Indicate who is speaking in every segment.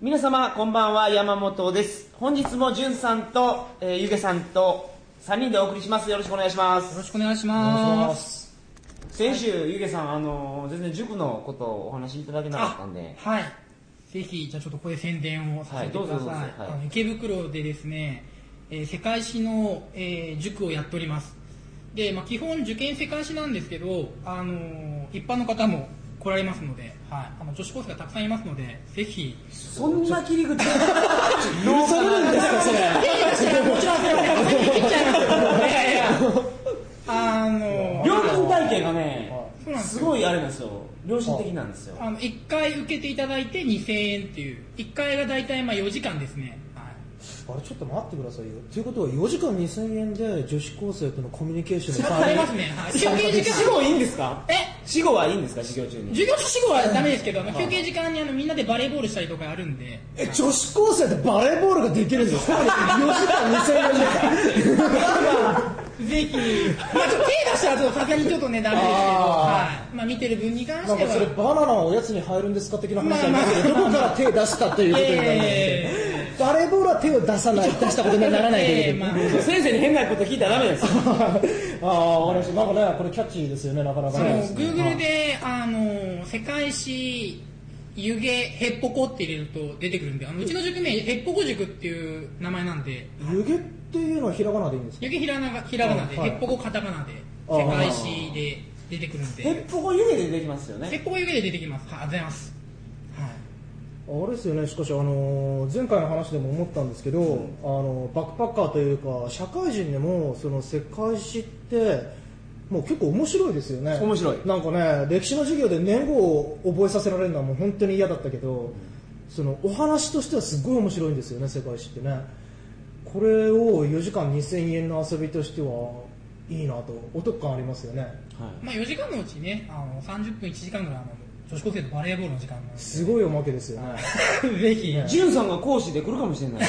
Speaker 1: 皆様こんばんは山本です本日もじゅんさんと、えー、ゆげさんと3人でお送りしますよろしくお願いしま
Speaker 2: よ
Speaker 1: す
Speaker 2: ろしくお願いします。
Speaker 1: 先週、ゆげさんあのー全然塾のことをお話しいただけなかったんで
Speaker 2: はい。ぜひ、じゃあちょっとここで宣伝をさせてくだ
Speaker 1: は
Speaker 2: さい。
Speaker 1: いどうぞどうぞはい
Speaker 2: あの池袋でですね、えー世界史の、えー塾をやっております。で、まあ、基本受験世界史なんですけど、あのー一般の方も来られますので、はい、あの女子高生がたくさんいますので、ぜ ひ、
Speaker 1: そんな切り口
Speaker 3: 許されるんですかそれ
Speaker 2: もちろん、すいません、勝手に切っちゃいますよ。いやいや、あのー
Speaker 1: 料金体系がね
Speaker 2: そうなんですすよ
Speaker 1: ごいあれなんですよ良心的なんですよ
Speaker 2: あの1回受けていただいて2000円っていう1回が大体まあ4時間ですね、はい、
Speaker 3: あれちょっと待ってくださいよということは4時間2000円で女子高生とのコミュニケーション
Speaker 2: されますね、はい、休憩時
Speaker 1: 死
Speaker 2: 間
Speaker 1: 後いいんですか
Speaker 2: え
Speaker 1: 死後はいいんですか授業中に
Speaker 2: 授業中死後はダメですけど、あの休憩時間にあのみんなでバレーボールしたりとかあるんで
Speaker 3: え女子高生でバレーボールができるんですか4時間2000円で
Speaker 2: ぜひ、まあ、ちょっと 手出したらちょっとさすがにちょっとねダメですけど、
Speaker 3: あ
Speaker 2: はいまあ、見てる分に関し
Speaker 3: なん
Speaker 2: て
Speaker 3: かそれ
Speaker 2: は
Speaker 3: バナナはおやつに入るんですか的な話なん
Speaker 2: まあ
Speaker 3: ですけどど
Speaker 2: まあ
Speaker 3: こから手出すかということになるん
Speaker 2: え
Speaker 3: ですよバレーボールは手を出さない出したことにはならないと
Speaker 2: え
Speaker 3: い
Speaker 2: え
Speaker 3: うこ
Speaker 2: まあ
Speaker 1: 先生に変なこと聞いたらダメですよ
Speaker 3: とでああわかりましたなんかねこれキャッチーですよねなかな
Speaker 2: そ
Speaker 3: か
Speaker 2: の
Speaker 3: ね
Speaker 2: Google で、あの世界史湯気へっぽこって入れると出てくるんであのうちの塾名へっぽこ塾っていう名前なんで
Speaker 3: 湯気っていうのはひらがなでいいんですか
Speaker 2: ゆげひらながひらがなで、
Speaker 3: はい
Speaker 2: へっぽこカタカナで、
Speaker 3: あー
Speaker 2: 世界史で出てくるん
Speaker 1: ヘッ
Speaker 2: で、
Speaker 1: ポコ湯気でできますよ
Speaker 2: へ
Speaker 1: ね
Speaker 2: っぽこゆげで出てきます。はい、ありがとうございます。はい
Speaker 3: あれですよねしかし、あの前回の話でも思ったんですけど、あのバックパッカーというか社会人でもその世界史ってもう結構面白いですよね
Speaker 1: 面白い
Speaker 3: なんかね歴史の授業で年号を覚えさせられるのはもう本当に嫌だったけど、そのお話としてはすごい面白いんですよね世界史ってねこれを4時間2000円の遊びとしてはいいなとお得感ありますよね
Speaker 1: はい
Speaker 2: まあ4時間のうちね、あの30分1時間ぐらいあの女子高生のバレーボールの時間なんです
Speaker 3: ごいおまけですよね
Speaker 2: ぜ ひ、
Speaker 1: ジュンさんが講師で来るかもしれない。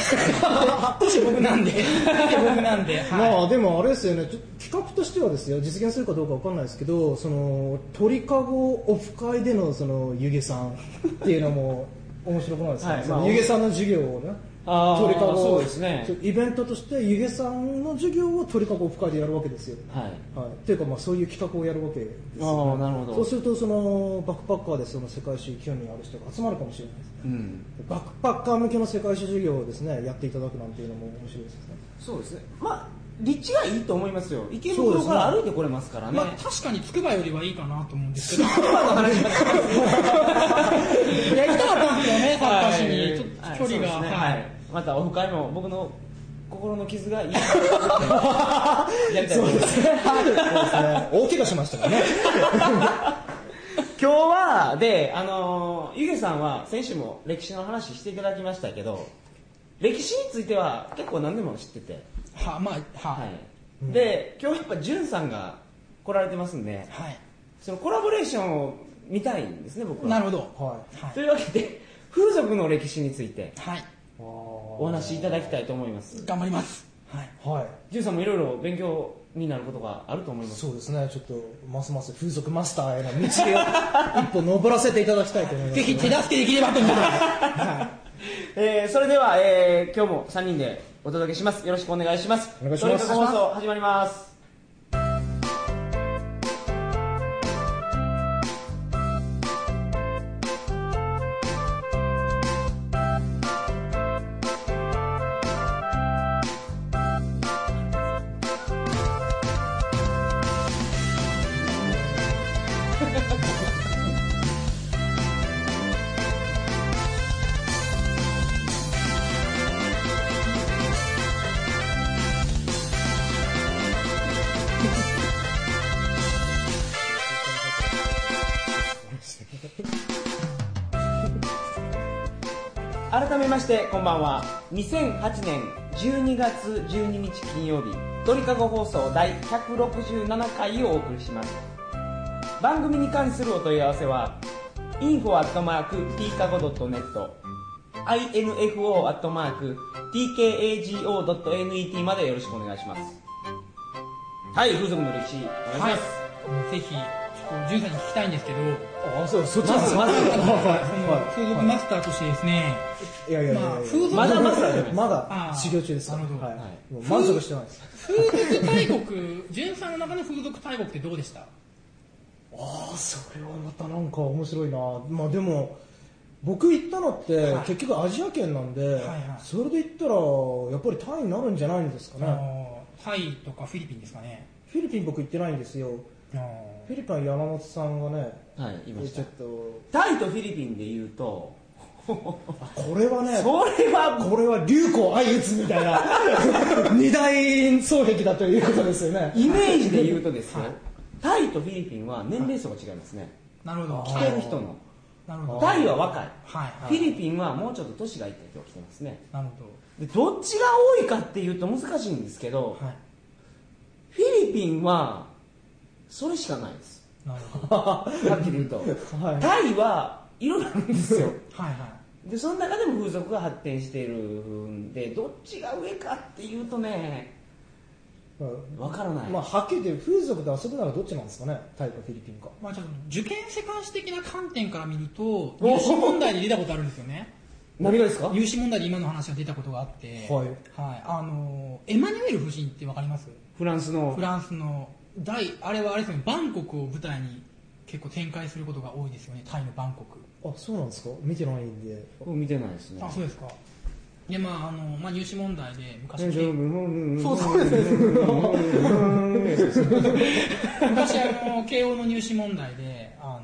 Speaker 2: 僕なんで、 僕なんで、
Speaker 3: ま
Speaker 2: は
Speaker 3: あでもあれですよねちょ企画としてはですよ実現するかどうかわかんないですけどその鳥かごオフ会でのその湯気さんっていうのも面白くないですか、
Speaker 1: はい
Speaker 3: その
Speaker 1: まあ
Speaker 3: 湯気さんの授業をね
Speaker 1: あー
Speaker 3: 鳥かご
Speaker 1: そうですね
Speaker 3: そうイベントとして湯気さんの授業を鳥かごオフ会でやるわけですよ
Speaker 1: はい。
Speaker 3: はい、っていうかまあそういう企画をやるわけですよ
Speaker 1: ああなるほど
Speaker 3: そうするとそのバックパッカーでその世界史興味ある人が集まるかもしれないですね
Speaker 1: うん。
Speaker 3: バックパッカー向けの世界史授業をですねやっていただくなんていうのも面白いですね
Speaker 1: そうですね。まあ立地がいいと思いますよ。池袋から歩いてこれますから
Speaker 2: い。
Speaker 1: ね
Speaker 2: まあ。確かにつくばよりはいいかなと思うん ですけど、
Speaker 1: 今の話は
Speaker 2: やりたかったんですよね、サッカーしに、ちょ
Speaker 1: は
Speaker 2: っ
Speaker 1: い
Speaker 2: と
Speaker 1: そう
Speaker 2: 距離が。
Speaker 1: ですね
Speaker 2: は
Speaker 1: はいい。またオフ会も僕の心の傷がいい。 やりたいと
Speaker 3: そ
Speaker 1: 思
Speaker 3: う
Speaker 1: いま
Speaker 3: です
Speaker 1: す。
Speaker 3: ね。大怪我しましたからね。
Speaker 1: 今日はであのーゆげさんは先週も歴史の話していただきましたけど、歴史については結構何でも知ってて。
Speaker 2: はまあ、は。
Speaker 1: はいい。で今日やっぱじゅんさんが来られてますんで。
Speaker 2: はい。
Speaker 1: そのコラボレーションを見たいんですね僕は
Speaker 2: なるほど。
Speaker 3: は
Speaker 2: は
Speaker 1: と
Speaker 2: い。
Speaker 1: いうわけで 風俗の歴史について
Speaker 2: はい。
Speaker 1: お
Speaker 3: い。
Speaker 1: 話しいただきたいと思います
Speaker 2: 頑張ります。はい。
Speaker 3: はい。
Speaker 1: ジュンさんもいろいろ勉強になることがあると思います
Speaker 3: そうですね。ちょっとますます風俗マスターへの道を一歩登らせていただきたいと思います。
Speaker 2: ぜひ手助けできればと思います。
Speaker 1: えーそれでは、えー今日も3人でお届けしますよろしくお願いします
Speaker 3: お願いします
Speaker 1: トリカゴ放送始まります改めましてこんばんは2008年12月12日金曜日鳥かご放送第167回をお送りします番組に関するお問い合わせは info.tkago.net info.tkago.net までよろしくお願いしますはい風俗の歴史お願いします、
Speaker 2: はい。ぜひ、ちょっジュンさんに聞きたいんですけど、
Speaker 3: あ、そう、そっちなんです
Speaker 1: まずまず
Speaker 3: は
Speaker 2: その風俗マスターとしてですね、
Speaker 3: い、はい、いやいやいやいや、
Speaker 2: まあ、風俗
Speaker 1: まだまだだよ
Speaker 3: ま
Speaker 2: あ
Speaker 3: だ
Speaker 2: ー
Speaker 3: 修行中ですから
Speaker 2: なるほど
Speaker 3: はい
Speaker 1: は
Speaker 3: もう満足してないです
Speaker 2: 風俗大国、ジュンさんの中の風俗大国ってどうでした
Speaker 3: ああそれはまたなんか面白いなまあでも僕行ったのって、
Speaker 2: はい
Speaker 3: 結局アジア圏なんで、
Speaker 2: はい
Speaker 3: それで行ったらやっぱりタイになるんじゃないんですか
Speaker 2: あ
Speaker 3: ね
Speaker 2: のタイとかフィリピンですかね。
Speaker 3: フィリピン僕行ってないんですよ
Speaker 2: あ
Speaker 3: フィリピンは山本さんがね
Speaker 1: はい、いまし
Speaker 3: ち
Speaker 1: た
Speaker 3: ょっ。と
Speaker 1: タイとフィリピンで言うと、
Speaker 3: あこれはね
Speaker 1: それは、
Speaker 3: これは竜光相打つみたいな 二大双璧だということですよね
Speaker 1: イメージで言うとですよ、タイとフィリピンは年齢層が違いますね。
Speaker 2: なるほど。
Speaker 1: 来てる人の。
Speaker 2: なるほど。
Speaker 1: タイは若い。
Speaker 2: はい
Speaker 1: フ
Speaker 2: はい。
Speaker 1: ィリピンはもうちょっと年がいった人が来てますね。
Speaker 2: なるほど。
Speaker 1: で、どっちが多いかっていうと難しいんですけど、
Speaker 2: はい。
Speaker 1: フィリピンは、それしかないです。
Speaker 2: なる ほど。
Speaker 1: はっきり言うと。
Speaker 3: はい
Speaker 1: タイ は、色々あるんですよ。
Speaker 2: はいはい。
Speaker 1: で、その中でも風俗が発展しているんで、どっちが上かっていうとね、
Speaker 3: うん
Speaker 1: わからない。
Speaker 3: まあ、はっきり言って風俗で遊ぶならどっちなんですかねタイかフィリピンか
Speaker 2: まあちょっと受験世界史的な観点から見ると、
Speaker 1: お
Speaker 2: 入試問題で出たことあるんですよ ね。
Speaker 1: 何がですか
Speaker 2: 入試問題で今の話が出たことがあって、
Speaker 3: はい
Speaker 2: あの、エマニュエル夫人ってわかります
Speaker 1: フランスの
Speaker 2: フランスの大、あれはあれですよね、バンコクを舞台に結構展開することが多いですよね、タイのバンコク。
Speaker 3: あそうなんですか見てないんで
Speaker 1: うん見てないですね
Speaker 2: あ、そうですか。で、まああの、まあ入試問題で昔
Speaker 1: 大
Speaker 2: の
Speaker 1: 丈
Speaker 2: 研
Speaker 1: 夫うん
Speaker 2: そうそうですね。
Speaker 1: うん
Speaker 2: 昔あの慶応の入試問題であの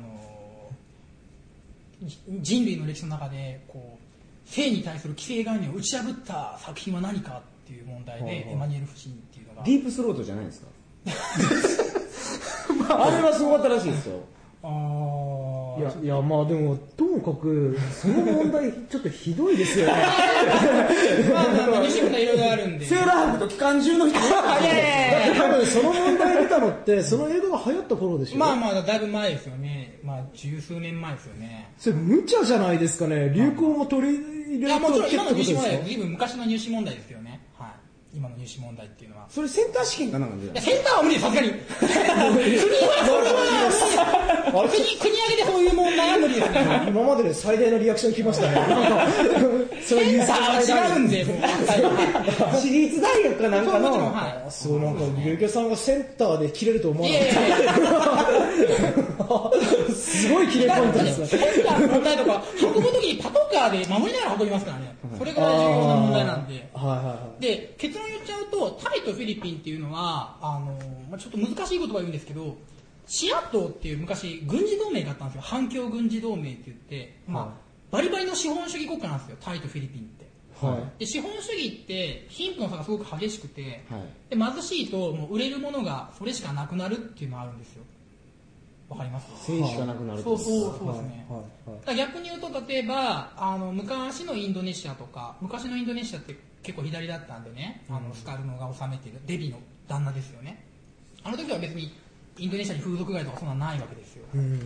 Speaker 2: じ人類の歴史の中でこう性に対する既成概念を打ち破った作品は何かっていう問題で、
Speaker 3: はいはい
Speaker 2: エマニュエル夫人っていうのが
Speaker 1: ディープスロートじゃないです かあれはすごかったらしいですよ
Speaker 2: あ
Speaker 3: いやいやまあでもともかくその問題 ちょっとひどいですよね
Speaker 2: あ、まあまあ、入試問題いろいろあるんで
Speaker 1: セーラー服と機関銃の人
Speaker 2: あいやいやいやいや
Speaker 3: 多分その問題出たのってその映画が流行った頃でしょ
Speaker 2: まあまあだいぶ前ですよねまあ十数年前ですよね
Speaker 3: それ無茶じゃないですかね流行も取り入
Speaker 2: い
Speaker 3: れ
Speaker 2: や
Speaker 3: る
Speaker 2: もちろ
Speaker 3: と
Speaker 2: ん
Speaker 3: けって
Speaker 2: 今の
Speaker 3: ことで
Speaker 2: 入
Speaker 3: す
Speaker 2: 試
Speaker 3: か
Speaker 2: 問題ずいぶん昔の入試問題ですよねはい今の入試問題っていうのは
Speaker 1: それセンター試験かなんかで
Speaker 2: いやセンターは無理ですさすがに国はそれは無理です国国挙げてそういう問題は無理ですね
Speaker 3: 今までで最大のリアクション来ましたねなん かそ
Speaker 2: セン
Speaker 3: う
Speaker 2: ターは違うん
Speaker 3: で
Speaker 2: で、もう。はい
Speaker 1: 私立大学かなんか
Speaker 2: もちろん、
Speaker 1: の
Speaker 2: は
Speaker 3: そうなんかゆうけさんがセンターで切れると思
Speaker 2: い。
Speaker 3: わ
Speaker 2: い
Speaker 3: な
Speaker 2: やい
Speaker 3: か
Speaker 2: やいや、
Speaker 3: ったすごい切れポイントですね
Speaker 2: センターの問題とか、運ぶときにパトカーで守りながら運びますからね。それぐらい重要な問題なんで。
Speaker 3: あーはいはいはい
Speaker 2: で、結論言っちゃうと、タイとフィリピンっていうのは、あのまあ、ちょっと難しい言葉言うんですけど、シアトーっていう昔、軍事同盟があったんですよ。反共軍事同盟って言って、
Speaker 3: はい
Speaker 2: まあ、バリバリの資本主義国家なんですよ、タイとフィリピンって。
Speaker 3: はい
Speaker 2: で、資本主義って貧富の差がすごく激しくて、
Speaker 1: はい
Speaker 2: で貧しいともう売れるものがそれしかなくなるっていうのがあるんですよわかります
Speaker 1: 生死がなくなる
Speaker 2: そう
Speaker 1: う
Speaker 2: そうそうですね、
Speaker 3: はいはい
Speaker 2: だから逆に言うと例えばあの昔のインドネシアとか昔のインドネシアって結構左だったんでねあのスカルノが治めてるデビの旦那ですよねあの時は別にインドネシアに風俗街とかそんなんないわけですよ
Speaker 3: うん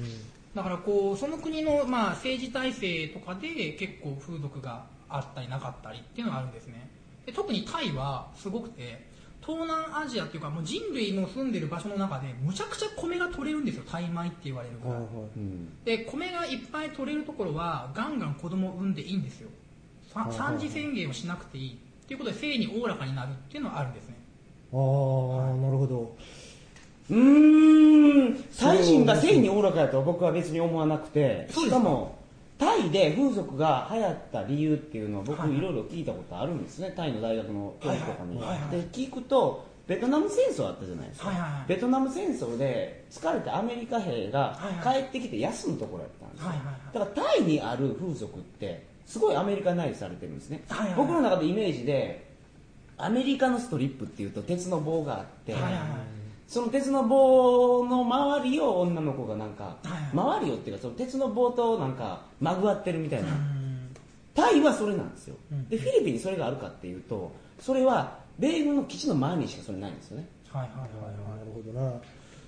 Speaker 2: だからこうその国の、まあ、政治体制とかで結構風俗があったりなかったりっていうのがあるんですねで特にタイはすごくて東南アジアっていうかもう人類の住んでる場所の中でむちゃくちゃ米が取れるんですよタイ米って言われるぐ
Speaker 3: はい
Speaker 2: ら
Speaker 3: はい
Speaker 1: うん
Speaker 2: で米がいっぱい取れるところはガンガン子供を産んでいいんですよさ
Speaker 3: はいはい
Speaker 2: 産時宣言をしなくていいっていうことで性におおらかになるっていうのはあるんですね
Speaker 3: ああなるほど
Speaker 1: うーん最新が性におおらかやとは僕は別に思わなくて
Speaker 2: そう
Speaker 1: し
Speaker 2: ですか
Speaker 1: かもタイで風俗が流行った理由っていうのを僕
Speaker 2: はい
Speaker 1: いろいろ聞いたことあるんですね、タイの大学の教授とかに、
Speaker 2: はいはいはいはい
Speaker 1: で聞くとベトナム戦争あったじゃないですか、
Speaker 2: はいはいはい
Speaker 1: ベトナム戦争で疲れたアメリカ兵が
Speaker 2: はいは
Speaker 1: 帰ってきて休むところやったんですよ、
Speaker 2: はいはいはい
Speaker 1: だからタイにある風俗ってすごいアメリカナイズされてるんですね、
Speaker 2: はいはいはい
Speaker 1: 僕の中でイメージでアメリカのストリップっていうと鉄の棒があって、
Speaker 2: はいはいはい
Speaker 1: その鉄の棒の周りを女の子がなんか、
Speaker 2: はいは
Speaker 1: 周りをっていうかその鉄の棒となんかまぐわってるみたいうな、
Speaker 2: ん
Speaker 1: タイはそれなんですよ、
Speaker 2: うん
Speaker 1: でフィリピンにそれがあるかっていうとそれは米軍の基地の前にしかそれないんですよね
Speaker 2: はいはいはい
Speaker 3: な
Speaker 2: はい
Speaker 3: るほどね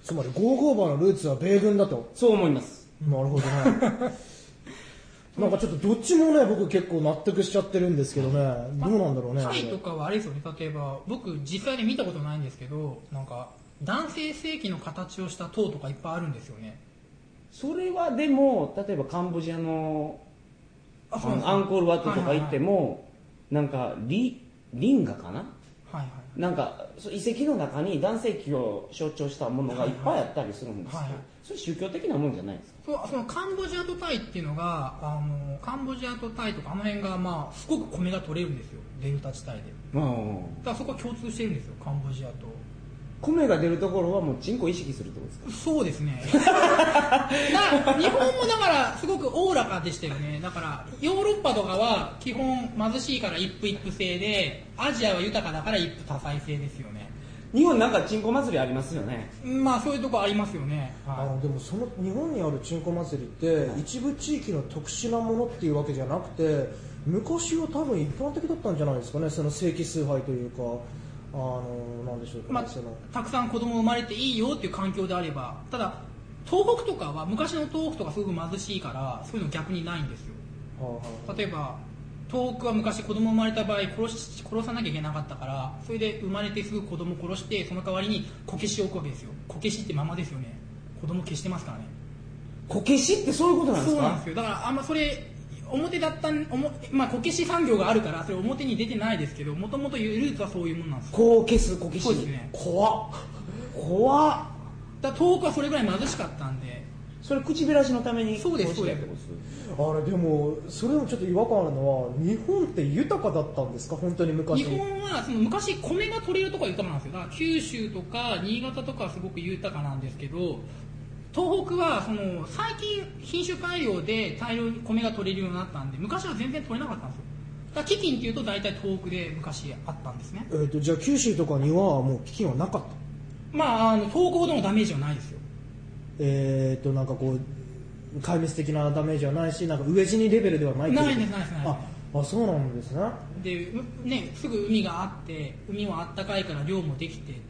Speaker 3: つまりゴーゴーバーのルーツは米軍だと
Speaker 1: そう思います
Speaker 3: なるほど ねなんかちょっとどっちもね僕結構納得しちゃってるんですけどねどうなんだろうね
Speaker 2: タイとかはあれですよね例えば僕実際に見たことないんですけどなんか男性性器の形をした塔とかいっぱいあるんですよね
Speaker 1: それはでも例えばカンボジアの
Speaker 2: あ
Speaker 1: あのアンコールワットとか行って、も、なんかリリンガかな
Speaker 2: はいはい
Speaker 1: なんかそう遺跡の中に男性器を象徴したものがいっぱいあったりするんですけど、
Speaker 2: はいはい
Speaker 1: それ宗教的なもんじゃないんですか
Speaker 2: そうそのカンボジアとタイっていうのがあのカンボジアとタイとかあの辺が、まあ、すごく米が取れるんですよデルタ地帯でだからそこは共通してるんですよカンボジアと
Speaker 1: 米が出るところはもう人口意識するってことですか
Speaker 2: そうです ねな日本もだからすごくおおらかでしたよねだからヨーロッパとかは基本貧しいから一夫一夫制でアジアは豊かだから一夫多妻制ですよね
Speaker 1: 日本なんか人口祭りありますよね
Speaker 2: まあそういうとこありますよね、
Speaker 3: あ
Speaker 2: は
Speaker 3: のでもその日本にある鎮火祭りって、一部地域の特殊なものっていうわけじゃなくて昔は多分一般的だったんじゃないですかねその正規崇拝というかあのなんでしょう
Speaker 2: い
Speaker 3: か、ね
Speaker 2: まあ
Speaker 3: その、
Speaker 2: たくさん子供生まれていいよっていう環境であればただ東北とかは昔の東北とかすごく貧しいからそういうの逆にないんですよ
Speaker 3: はいはい
Speaker 2: 例えば東北は昔子供生まれた場合殺し殺さなきゃいけなかったからそれで生まれてすぐ子供殺してその代わりにこけしを置くわけですよこけしってままですよね子供消してますからね
Speaker 1: こけしってそういうことなんです
Speaker 2: そう
Speaker 1: か
Speaker 2: なんですよだからあんまそれ表だったんおもまあこけし産業があるからそれ表に出てないですけどもともとルーツはそういうもんなんですよ
Speaker 1: こう消すこけし
Speaker 2: そうですね
Speaker 1: 怖っ怖っ
Speaker 2: だから東北はそれぐらい貧しかったんで
Speaker 1: それ口減らしのために
Speaker 2: そうです
Speaker 1: こしたってことです
Speaker 3: あれでもそれでもちょっと違和感あるのは日本って豊かだったんですか本当に昔
Speaker 2: 日本はその昔米が取れるとこは豊かなんですよだから九州とか新潟とかはすごく豊かなんですけど東北はその最近品種改良で大量に米が取れるようになったんで昔は全然取れなかったんですよだから飢饉っていうと大体東北で昔あったんですね
Speaker 3: えー、とじゃあ九州とかにはもう飢饉はなかった
Speaker 2: まああの東北ほどのダメージはないですよ
Speaker 3: えっ、となんかこう壊滅的なダメージはないしなんか飢え死にレベルではないけど
Speaker 2: ないですないですないです
Speaker 3: ああそうなんですね
Speaker 2: で、うね、すぐ海があって海はあったかいから漁もできてっていう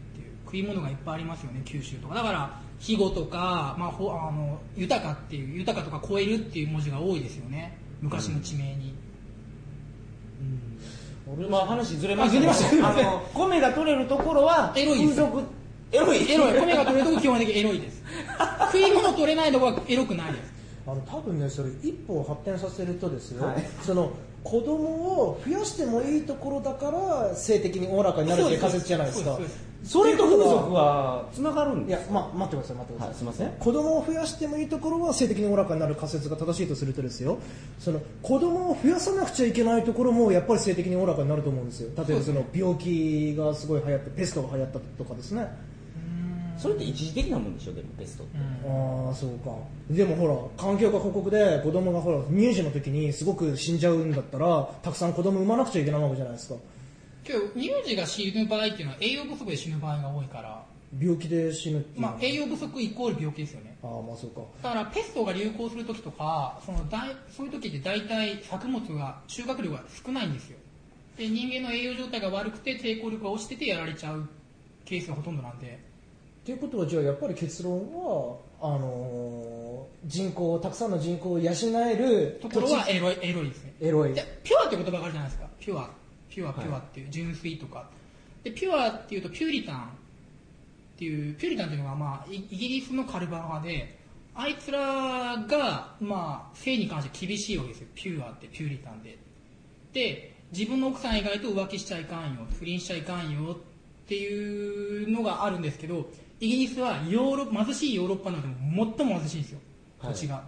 Speaker 2: 食い物がいっぱいありますよね九州とかだから肥後とか、まあ、ほあの豊かっていう豊かとか超えるっていう文字が多いですよね昔の地名に、
Speaker 1: まあ話ずれました
Speaker 2: あずれましたすいません
Speaker 1: あの米が取れるところは
Speaker 2: エロいです
Speaker 1: 風俗エロい
Speaker 2: エロい米が取れるとこ基本的にエロい です食い物取れないとこはエロくないです
Speaker 3: あの多分ねそれ一歩を発展させるとですよ、
Speaker 1: はい
Speaker 3: その子供を増やしてもいいところだから性的におおらかになるっていう仮説じゃないですか
Speaker 2: そうですそう
Speaker 1: それ
Speaker 2: で
Speaker 1: と風俗
Speaker 3: は
Speaker 1: はつながるん
Speaker 3: い
Speaker 1: で
Speaker 3: や
Speaker 1: す、
Speaker 3: ま、待ってください待ってください、
Speaker 1: はいすいません
Speaker 3: 子供を増やしてもいいところは性的におおらかになる仮説が正しいとするとですよその子供を増やさなくちゃいけないところもやっぱり性的におおらかになると思うんですよ例えばその病気がすごい流行ってペストが流行ったとかですね
Speaker 1: それって一時的なもんでしょでもベストって
Speaker 3: ああそうかでもほら環境が報告で子供がほら乳児の時にすごく死んじゃうんだったらたくさん子供産まなくちゃいけないわけじゃないですか
Speaker 2: けど乳児が死ぬ場合っていうのは栄養不足で死ぬ場合が多いから、
Speaker 3: 病気で死ぬっていうの
Speaker 2: ま
Speaker 3: は
Speaker 2: あ、栄養不足イコール病気ですよね
Speaker 3: ああまあそうか
Speaker 2: だからペストが流行するときとかその大そういうときって大体作物が収穫量が少ないんですよで人間の栄養状態が悪くて抵抗力が落ちててやられちゃうケースがほとんどなんで
Speaker 3: っていうことはじゃあやっぱり結論はあのー人口たくさんの人口を養える
Speaker 2: ところはエロいエロいですね
Speaker 3: 土地エロい
Speaker 2: でピュアって言葉があるじゃないですかピュアピュア
Speaker 1: はい
Speaker 2: ピュアっていう純粋とか、でピュアっていうとピューリタンっていうピューリタンっていうのが、まあ、イイギリスのカルバン派であいつらが、まあ、性に関して厳しいわけですよピュアってピューリタンでで自分の奥さん以外と浮気しちゃいかんよ不倫しちゃいかんよっていうのがあるんですけどイギリスはヨーロ貧しいヨーロッパの中でも最も貧しいんですよ土地が。
Speaker 3: はい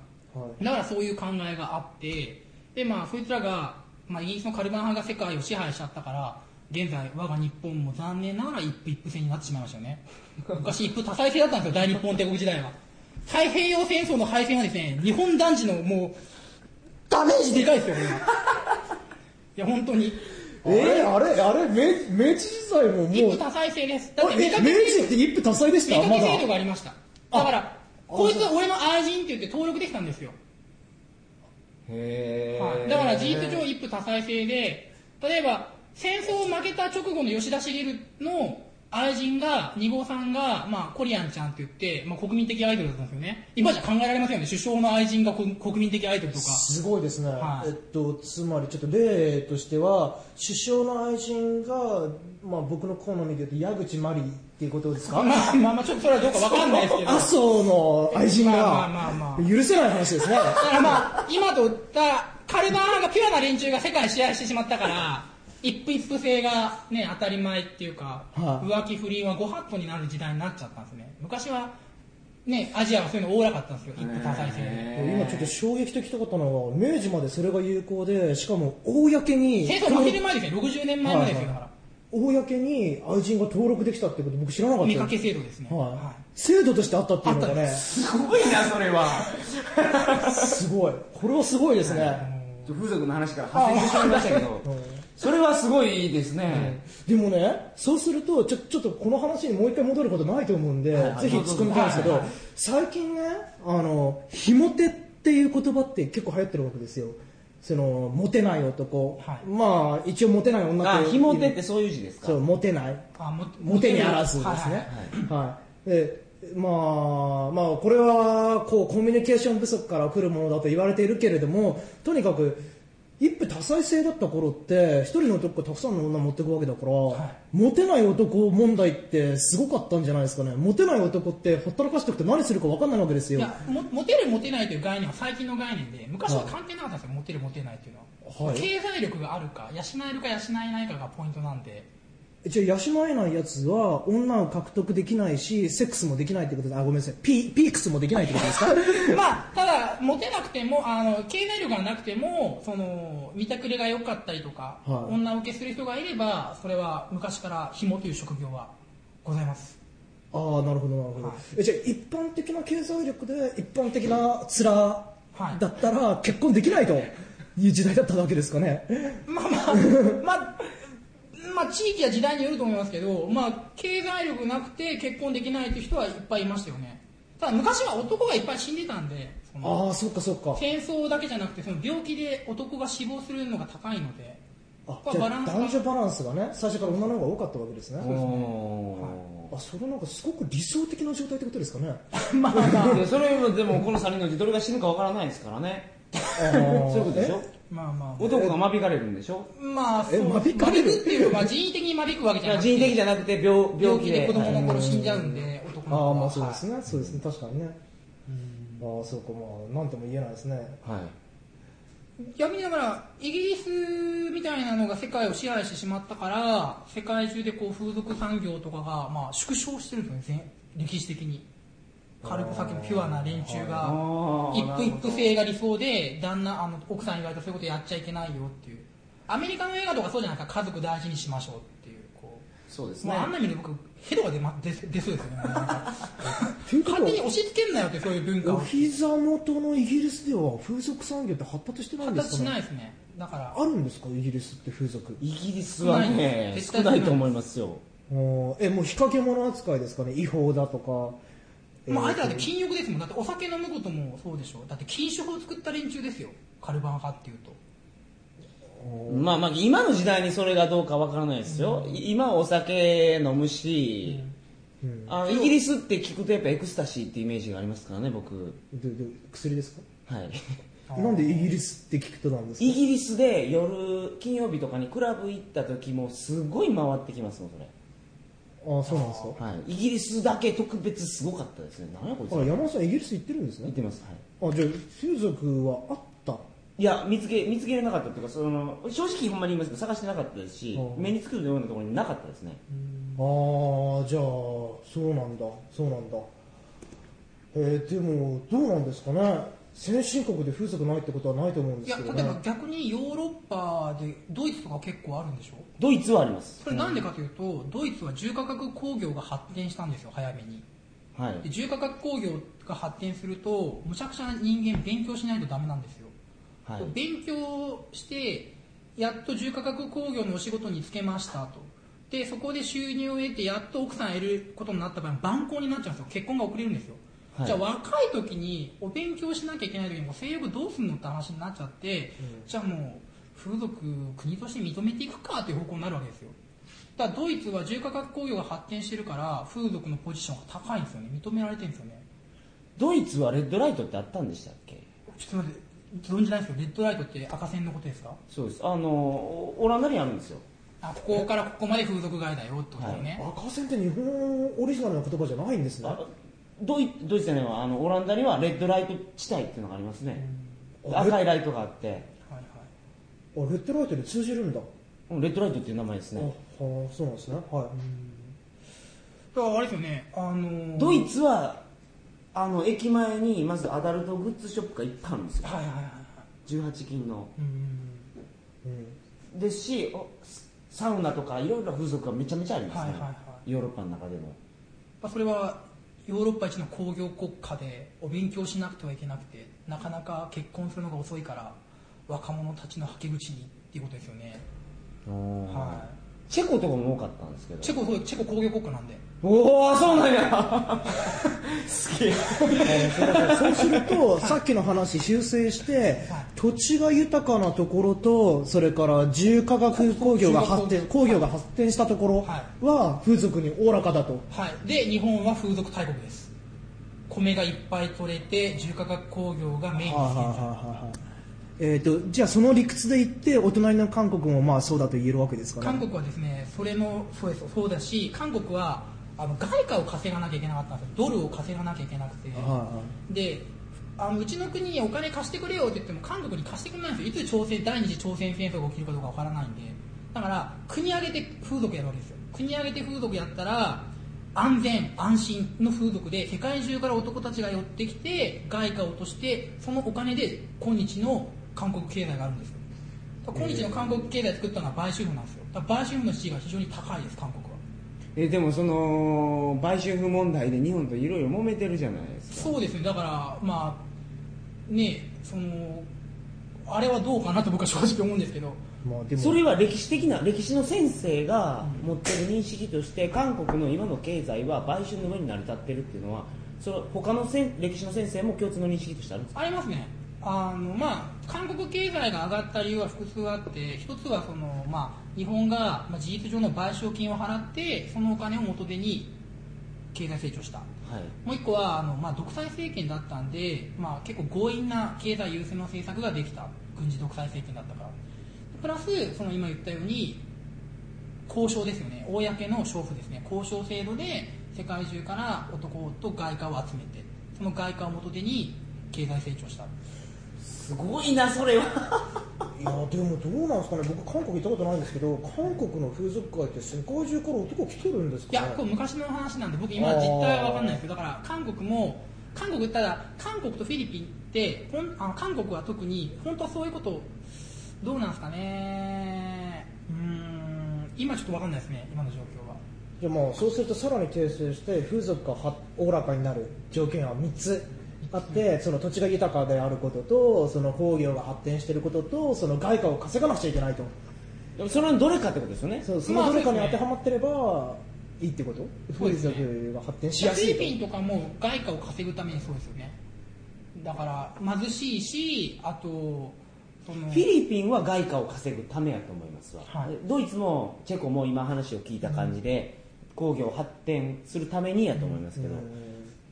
Speaker 2: だからそういう考えがあってでまあそいつらが、まあ、イギリスのカルバン派が世界を支配しちゃったから現在我が日本も残念ながら一夫一夫制になってしまいましたよね昔一夫多妻制だったんですよ大日本帝国時代は太平洋戦争の敗戦はですね日本男児のもうダメージでかいですよこれはいや本当に
Speaker 3: えー、あれあれ明明治時代ももう
Speaker 2: 一夫多妻制ですだって見
Speaker 3: え
Speaker 2: か
Speaker 3: 明
Speaker 2: け
Speaker 3: 治って一夫多妻でし
Speaker 2: 見
Speaker 3: た
Speaker 2: か
Speaker 3: ま
Speaker 2: け
Speaker 3: だ
Speaker 2: 制度がありましただからこいつは俺の愛人って言って登録できたんですよ
Speaker 1: へ
Speaker 2: はい、だから事実上一夫多妻制で例えば戦争を負けた直後の吉田茂の愛人が、二号さんが、まあ、コリアンちゃんって言って、まあ、国民的アイドルだったんですよね。今じゃ考えられませんよね。首相の愛人がこ国民的アイドルとか。
Speaker 3: すごいですね、
Speaker 2: はい
Speaker 3: えっと、つまりちょっと例としては、首相の愛人が、まあ、僕の好みで言うと、矢口真理っていうことです
Speaker 2: まあ
Speaker 3: か、
Speaker 2: まあまあまあ、ちょっとそれはどうかわかんないですけど。
Speaker 3: 麻生の愛人
Speaker 2: まあ
Speaker 3: が
Speaker 2: まあまあまあ
Speaker 3: 許せない話で すね。
Speaker 2: だからまあ、今と言った、カルバー派がピュアな連中が世界を支配してしまったから、一夫一夫制がね、当たり前っていうか、
Speaker 3: はい
Speaker 2: 浮気不倫はご法度になる時代になっちゃったんですね。昔は、ね、アジアはそういうのおおらかったんですよ、一夫多妻制で。
Speaker 3: 今ちょっと衝撃的だったのは明治までそれが有効でしかも公に
Speaker 2: 戦争負ける前ですね、60年前までですよ、だか
Speaker 3: はいは
Speaker 2: ら
Speaker 3: い。公に愛人が登録できたってこと僕知らなかった
Speaker 2: 見かけ
Speaker 3: です
Speaker 2: 制度ですね。
Speaker 3: はい
Speaker 2: は
Speaker 3: 制度としてあったっていうの
Speaker 2: あ
Speaker 3: が
Speaker 2: ったんで
Speaker 3: ね
Speaker 1: すごいな、それは。
Speaker 3: すごいこれはすごいですね、
Speaker 1: ちょっと風俗の話から発生してしまいましたけど
Speaker 3: うん、
Speaker 1: それはすごいですね。
Speaker 3: でもね、そうするとちょ、ちょっとこの話にもう一回戻ることないと思うんで、
Speaker 1: はいはい
Speaker 3: ぜひ突っ込みたいんです
Speaker 1: は
Speaker 3: けど
Speaker 1: いはいはい、
Speaker 3: 最近ね、あの、ひもてっていう言葉って結構流行ってるわけですよ。その、モテない男。
Speaker 2: はい
Speaker 3: まあ、一応モテない女
Speaker 1: あ
Speaker 3: っ、て。
Speaker 1: ひもてってそういう字ですか
Speaker 3: そう、モテない。
Speaker 2: あも
Speaker 3: モテにあらずですね。
Speaker 2: はいはい
Speaker 3: はい。で、まあ、まあ、これは、こう、コミュニケーション不足から来るものだと言われているけれども、とにかく、一夫多妻制だった頃って、一人の男がたくさんの女持ってくわけだから、モテない男問題ってすごかったんじゃないですかね。モテない男って、ほったらかしておくと何するか分かんないわけです
Speaker 2: い
Speaker 3: よ。
Speaker 2: やもモテるモテないという概念は最近の概念で昔は関係なかったんですよ、モテるモテないというのは、
Speaker 3: はい
Speaker 2: 経済力があるか養えるか養えないかがポイントなんで
Speaker 3: じゃあ養えないやつは女を獲得できないしセックスもできないってことであごめんなさいピピークスもできないってことですか
Speaker 2: まあただモテなくてもあの経済力がなくてもその見たくれが良かったりとか、
Speaker 3: はい
Speaker 2: 女受けする人がいればそれは昔から紐という職業はございます
Speaker 3: ああなるほどなるほど、
Speaker 2: はい
Speaker 3: えじゃあ一般的な経済力で一般的な面だったら結婚できないという時代だったわけですかね
Speaker 2: まあ まあまあまあ地域や時代によると思いますけど、まあ、経済力なくて結婚できないという人はいっぱいいましたよねただ昔は男がいっぱい死んでたんでその
Speaker 3: ああそっかそっか
Speaker 2: 戦争だけじゃなくてその病気で男が死亡するのが高いので
Speaker 3: あ
Speaker 2: ここ
Speaker 3: じ
Speaker 2: は
Speaker 3: ゃ
Speaker 2: バ
Speaker 3: あ
Speaker 2: ランスが
Speaker 3: 男女バランスがね最初から女の方が多かったわけですね
Speaker 1: お
Speaker 3: あそれなんかすごく理想的な状態ってことですかね
Speaker 2: まあまあ
Speaker 1: ー。いやそれもでもこの3人のうちどれが死ぬかわからないですからね。
Speaker 3: そう
Speaker 1: そういうことでしょ
Speaker 2: まあまあ
Speaker 1: 男が間引かれるんでしょ
Speaker 2: まあ
Speaker 3: え
Speaker 2: そう
Speaker 3: 間引かれる
Speaker 2: 間っていうか、まあ、人為的に間引くわけじゃなくて
Speaker 1: 人為的じゃなくて病病
Speaker 2: 病
Speaker 1: 気
Speaker 2: 気で
Speaker 1: で
Speaker 2: 子。供の頃死んじゃうんで男の子
Speaker 3: あ
Speaker 2: は
Speaker 3: あまあそうです
Speaker 2: はい
Speaker 3: ね、そうですね確かにねああそうかまあなんとも言えないですね
Speaker 1: はい
Speaker 2: 逆にだからイギリスみたいなのが世界を支配してしまったから世界中でこう風俗産業とかがまあ縮小してるんですよね全歴史的に軽くさっきのピュアな連中
Speaker 1: あ
Speaker 2: が
Speaker 1: ー
Speaker 2: 一夫一夫制
Speaker 1: なる
Speaker 2: が理想で旦那あの奥さん言われたらそういうことやっちゃいけないよっていうアメリカの映画とかそうじゃないですか家族大事にしましょうっていうこ
Speaker 1: ほどそうです
Speaker 2: う、
Speaker 1: ね
Speaker 2: まあ、あんな意味で僕ヘドが出,、ま、出出そうですよねなん か
Speaker 3: ということ
Speaker 2: 勝
Speaker 3: は
Speaker 2: 手に押し付けんなよってそういう文化
Speaker 3: お
Speaker 2: を
Speaker 3: 膝元のイギリスでは風俗産業って発達してないん
Speaker 2: 発
Speaker 3: で
Speaker 2: 達
Speaker 3: す
Speaker 2: し
Speaker 3: か
Speaker 2: な
Speaker 3: ね
Speaker 2: いですねだから
Speaker 3: あるんですかイギリスって風俗
Speaker 1: イギリスはね
Speaker 2: 少ない
Speaker 1: 少ないと思いますよ。
Speaker 3: おーえもう日陰者扱いですかね違法だとか
Speaker 2: まあ、あいつらだ
Speaker 3: え
Speaker 2: って
Speaker 3: ー
Speaker 2: 禁欲ですもんだってお酒飲むこともそうでしょだって禁酒法を作った連中ですよカルバン派っていうと
Speaker 1: まあまあ今の時代にそれがどうかわからないですよ、い今はお酒飲むし、
Speaker 3: うん
Speaker 1: あのイギリスって聞くとやっぱエクスタシーってイメージがありますからね僕
Speaker 3: でで薬ですか
Speaker 1: はい
Speaker 3: なんでイギリスって聞くとなんです
Speaker 1: イ
Speaker 3: か
Speaker 1: ギリスで夜金曜日とかにクラブ行った時もすごい回ってきますもんそれ、
Speaker 3: ああそうなんですか
Speaker 1: はい、イギリスだけ特別すごかったですね何やこいつ
Speaker 3: あ山本さんイギリス行ってるんです
Speaker 1: 行っ
Speaker 3: ね
Speaker 1: てますはい
Speaker 3: あじゃあ風俗はあった
Speaker 1: いや見つけ見つけれなかったっていうかその正直ほんまに言いますけど探してなかったですし
Speaker 3: うん
Speaker 1: 目につくようなところになかったですね
Speaker 3: ああじゃあそうなんだそうなんだえー、でもどうなんですかね先進国で風俗ないってことはないと思うん
Speaker 2: い
Speaker 3: で
Speaker 2: や
Speaker 3: すけど
Speaker 2: 例えば
Speaker 3: ね
Speaker 2: 逆にヨーロッパでドイツとか結構あるんでしょ
Speaker 1: ドイツはあります
Speaker 2: それなんでかというとドイツは重化学工業が発展したんですよ早めに
Speaker 1: はい
Speaker 2: で重化学工業が発展するとむちゃくちゃな人間勉強しないとダメなんですよ
Speaker 1: はい
Speaker 2: 勉強してやっと重化学工業のお仕事に就けましたとでそこで収入を得てやっと奥さんを得ることになった場合晩婚になっちゃうんですよ結婚が遅れるんですよ、
Speaker 1: はい
Speaker 2: じゃあ若い時にお勉強しなきゃいけない時にもう性欲どうすんのって話になっちゃって、じゃあもう風俗国として認めていくかという方向になるわけですよだからドイツは重化学工業が発展してるから風俗のポジションが高いんですよね認められてるんですよね
Speaker 1: ドイツはレッドライトってあったんでしたっけ
Speaker 2: ちょっと待って論じないですけどレッドライトって赤線のことですか
Speaker 1: そうですあのオオランダにあるんですよ
Speaker 2: あここからここまで風俗街だよってことだよね、
Speaker 3: 赤線って日本オリジナルの言葉じゃないんですね
Speaker 1: あドイドイツじゃないわあのオランダにはレッドライト地帯っていうのがありますね
Speaker 3: うんあ
Speaker 1: 赤いライトがあって
Speaker 2: はいはい
Speaker 3: あレッドライトで通じるんだ、
Speaker 1: うんレッドライトっていう名前です
Speaker 3: あ
Speaker 1: ね
Speaker 3: はあそうなんですねは
Speaker 2: だからあれですよねあのー
Speaker 1: ドイツはあの駅前にまずアダルトグッズショップがいっぱいあるんですよ
Speaker 2: はいはいはいはい
Speaker 1: 18金の
Speaker 2: うん
Speaker 3: い、うん
Speaker 1: ですしおサウナとかいろいろ風俗がめちゃめちゃありますね、
Speaker 2: はいはいは
Speaker 1: ヨーロッパの中でも
Speaker 2: まあ、それはヨーロッパ一の工業国家でお勉強しなくてはいけなくてなかなか結婚するのが遅いから若者たちのはけ口にっていうことですよね、は
Speaker 1: チェコとかも多かったんですけど
Speaker 2: い、チェコそうチェコ工業国家なんで
Speaker 1: おおそうなんや好き
Speaker 3: そうすると、さっきの話修正して、土地が豊かなところと、それから重化学工業が発展、
Speaker 2: はい
Speaker 3: 工業が発展したところは、風俗におおらかだと。
Speaker 2: はいで日本は風俗大国です米がいっぱい取れて重化学工業がメインです現在
Speaker 3: えー、とじゃあその理屈で言ってお隣の韓国もまあそうだと言えるわけですかね
Speaker 2: 韓国はですねそれもそうですそうだし韓国はあの外貨を稼がなきゃいけなかったんですよドルを稼がなきゃいけなくて、
Speaker 3: はいはい
Speaker 2: であのうちの国にお金貸してくれよって言っても韓国に貸してくれないんですよいつ朝鮮第二次朝鮮戦争が起きるかどうかわからないんでだから国挙げて風俗やるわけですよ国挙げて風俗やったら安全安心の風俗で世界中から男たちが寄ってきて外貨を落としてそのお金で今日の韓国経済があるんですよだから今日の韓国経済作ったのは買収婦なんですよだから買収婦の地位が非常に高いです韓国は
Speaker 1: えでもその買収不問題で日本といろいろ揉めてるじゃないですか
Speaker 2: そうですね、だから、まあ、ねえ、その、あれはどうかなと僕は正直思うんですけど、
Speaker 3: まあ、で
Speaker 1: そ
Speaker 3: も
Speaker 1: れは歴史的な歴史の先生が持ってる認識として韓国の今の経済は買収の上に成り立ってるっていうのはそれ他のせん歴史の先生も共通の認識としてあるんですか
Speaker 2: ありますね、あのまあ、韓国経済が上がった理由は複数あって、一つはその、まあ、日本が、まあ、事実上の賠償金を払って、そのお金を元手に経済成長した。
Speaker 1: はい
Speaker 2: もう一個はあの、まあ、独裁政権だったんで、まあ、結構強引な経済優先の政策ができた軍事独裁政権だったからプラスその今言ったように交渉ですよね公の娼婦ですね交渉制度で世界中から男と外貨を集めてその外貨を元手に経済成長した
Speaker 1: すごいなそれは
Speaker 3: いやでもどうなんですかね僕韓国行ったことないんですけど韓国の風俗界って世界中から男来てるんです
Speaker 2: い
Speaker 3: か、ね、
Speaker 2: や、これ昔の話なんで、僕今実態は分かんないですけど、だから韓国も、韓国、ただ、韓国とフィリピンって、ほんあの韓国は特に、本当はそういうこと、どうなんですかね、うーん、今ちょっと分かんないですね、今の状況は。
Speaker 3: じゃあもうそうするとさらに訂正して風俗がはおおらかになる条件は3つあってその土地が豊かであることとその工業が発展していることとその外貨を稼がなくちゃいけないと
Speaker 1: でも それのどれかってことですよね
Speaker 3: そうそのどれかに当てはまってればいいってこと
Speaker 2: そう
Speaker 3: 風
Speaker 2: ですね
Speaker 3: 俗が発展し
Speaker 2: フ
Speaker 3: や
Speaker 2: ィ
Speaker 3: すい
Speaker 2: リ
Speaker 3: と
Speaker 2: ピンとかも外貨を稼ぐためにそうですよね。だから、貧しいし、あと、その
Speaker 1: フィリピンは外貨を稼ぐためやと思いますわ、
Speaker 2: はい
Speaker 1: ドイツもチェコも今話を聞いた感じで、工業発展するためにやと思いますけど、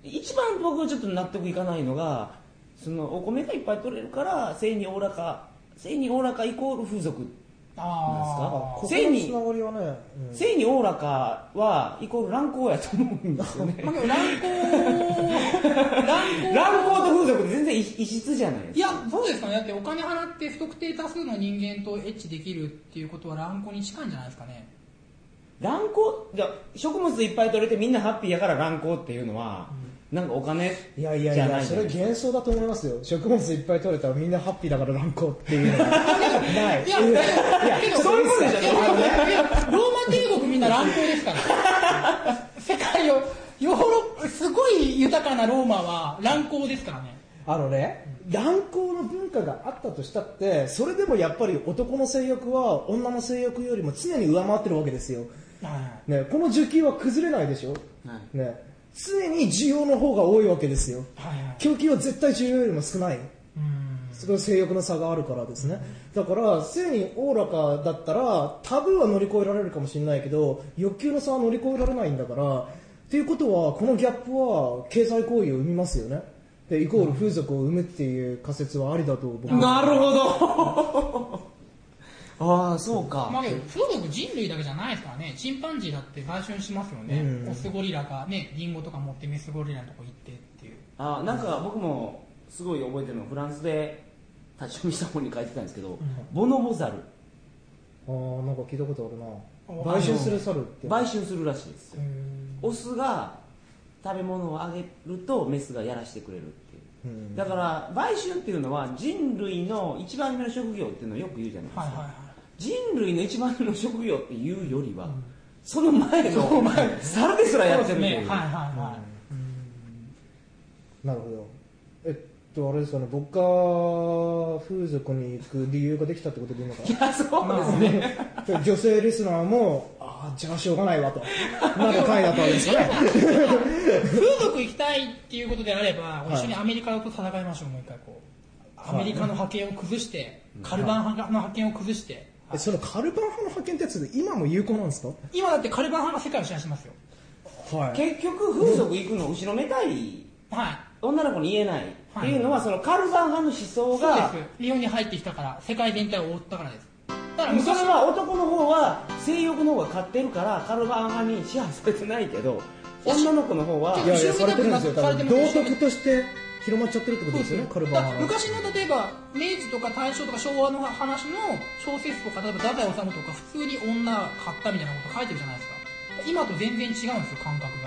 Speaker 1: 一番僕ちょっと納得いかないのがそのお米がいっぱい取れるから性におおらか性におおらかイコール風俗なんで
Speaker 2: あー
Speaker 3: ここのつ
Speaker 1: せいに
Speaker 3: ながりはね、うん
Speaker 1: 性におおらかはイコール乱行やと思うんですよね
Speaker 2: まあ、でも乱 行、乱行
Speaker 1: 乱行と風俗って全然異異質じゃないですか
Speaker 2: いや、そうですかね。だってお金払って不特定多数の人間とエッチできるっていうことは乱行に近いんじゃないですかね。
Speaker 1: 乱行じゃ食物いっぱい取れてみんなハッピーやから乱行っていうのは、なんかお金
Speaker 3: い
Speaker 1: じゃな
Speaker 3: や
Speaker 1: い
Speaker 3: い
Speaker 1: じゃ
Speaker 3: や
Speaker 1: ないい
Speaker 3: やそれ
Speaker 1: ですか
Speaker 3: 幻想だと思いますよ食物いっぱい取れたらみんなハッピーだから乱行っていうのがない
Speaker 2: いや、いや、けど
Speaker 1: そういうことでしょ
Speaker 2: いやいやローマ帝国みんな乱行ですから。世界を、ヨーロッパ、すごい豊かなローマは乱行ですからね。
Speaker 3: あのね、乱行の文化があったとしたって、それでもやっぱり男の性欲は女の性欲よりも常に上回ってるわけですよ。
Speaker 2: はい
Speaker 3: ね、この需給は崩れないでしょ、
Speaker 1: は
Speaker 3: ね、常に需要の方が多いわけですよ。
Speaker 2: はいはい。
Speaker 3: 供給は絶対需要よりも少ない。
Speaker 2: うん
Speaker 3: そこの性欲の差があるからですねだから性におおらかだったらタブーは乗り越えられるかもしれないけど欲求の差は乗り越えられないんだからっていうことはこのギャップは経済行為を生みますよねでイコール風俗を生むっていう仮説はありだと 僕は
Speaker 1: なるほどああそうか、
Speaker 2: まあ、けど風俗人類だけじゃないですからね、チンパンジーだって売春しますよね、
Speaker 3: うん
Speaker 2: オスゴリラがね、リンゴとか持ってメスゴリラのとこ行ってっていう。
Speaker 1: あなんか僕もすごい覚えてるのフランスで立ち読みした本に書いてたんですけど、ボノボザル
Speaker 3: あーなんか聞いたことあるな
Speaker 2: あ
Speaker 3: 買収する猿って
Speaker 1: 買収するらしいですよ
Speaker 3: うん
Speaker 1: オスが食べ物をあげるとメスがやらしてくれるっていう
Speaker 3: うん
Speaker 1: だから買収っていうのは人類の一番目の職業っていうのをよく言うじゃないですか、
Speaker 2: はいはいはい。
Speaker 1: 人類の一番目の職業っていうよりは、その前の猿ですらやってるっていう
Speaker 2: ね。はいはいは
Speaker 3: なるほどえっとあれですよね僕が風俗に行く理由ができたってことでいいのか
Speaker 1: いやそうですね、
Speaker 3: な女性リスナーもああじゃあしょうがないわとなる回だったんです かね
Speaker 2: い。風俗行きたいっていうことであれば、
Speaker 3: い
Speaker 2: 一緒にアメリカと戦いましょう、もう一回こう。アメリカの覇権を崩して、カルバン派の覇権を崩して。
Speaker 3: えそのカルバン派の派遣ってやつで今も有効なんですか
Speaker 2: 今だってカルバン派が世界を支配してますよ。
Speaker 3: は
Speaker 1: 結局風俗行くの後ろめたい
Speaker 2: はい。
Speaker 1: 女の子に言えないっていうのは、そのカルバン派の思想
Speaker 2: そう
Speaker 1: が
Speaker 2: です。日本に入ってきたから、世界全体を覆ったからです。だから
Speaker 1: そ
Speaker 2: 昔
Speaker 1: れは男の方は性欲の方が勝ってるからカルバン派に支配されてないけど女の子の方はい
Speaker 3: やいやされてるんですよ多分道
Speaker 2: 後ろめたくなって
Speaker 3: 徳として広まっちゃってるってことですよねカルバン
Speaker 2: だから
Speaker 3: 派の
Speaker 2: 昔の例えば明治とか大正とか昭和の話の小説とか例えば太宰治とか普通に女買ったみたいなこと書いてるじゃないですか今と全然違うんですよ感覚が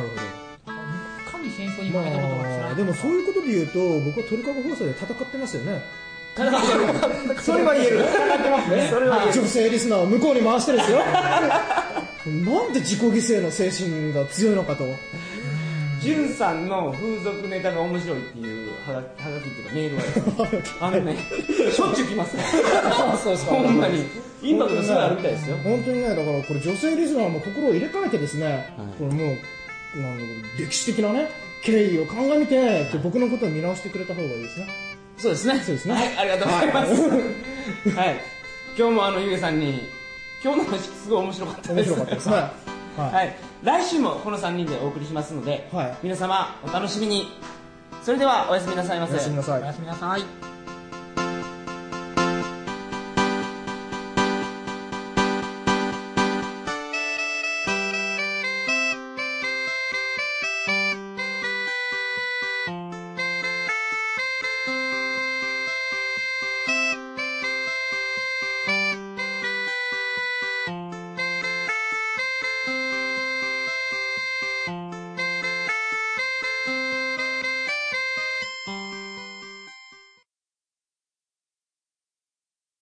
Speaker 3: なるほど
Speaker 2: いかに戦争に負
Speaker 3: ま
Speaker 2: けたことが辛い
Speaker 3: あでもそう
Speaker 2: う
Speaker 3: いうことで言うと僕は鳥かご放送で戦ってますよね
Speaker 1: それは言えるそれは言える
Speaker 3: 女性リスナーを向こうに回してですよ なんで自己犠牲の精神が強いのかと
Speaker 1: 潤さんの風俗ネタが面白いっていうはがはがきっていうかメールはです ねあのねしょっちゅう来ますから
Speaker 3: そうですか
Speaker 1: ほんまにインパクトすごいあるみたいですよ
Speaker 3: 本当にねだからこれ女性リスナーも心を入れ替えてですね、これもうなんだろう歴史的なね経緯を鑑みて、僕のことを見直してくれた方がいいですね
Speaker 1: そうですね
Speaker 3: そうですね
Speaker 1: はいありがとうございますはい今日もあのゆげさんに今日の話すごい面白かったで
Speaker 3: 面
Speaker 1: す
Speaker 3: 白かったですねはい、
Speaker 1: はい、来週もこの3人でお送りしますので、
Speaker 3: はい
Speaker 1: 皆様お楽しみにそれではおやすみなさいま
Speaker 3: お
Speaker 1: せ
Speaker 3: やすみなさ
Speaker 2: お
Speaker 3: い
Speaker 2: やすみなさい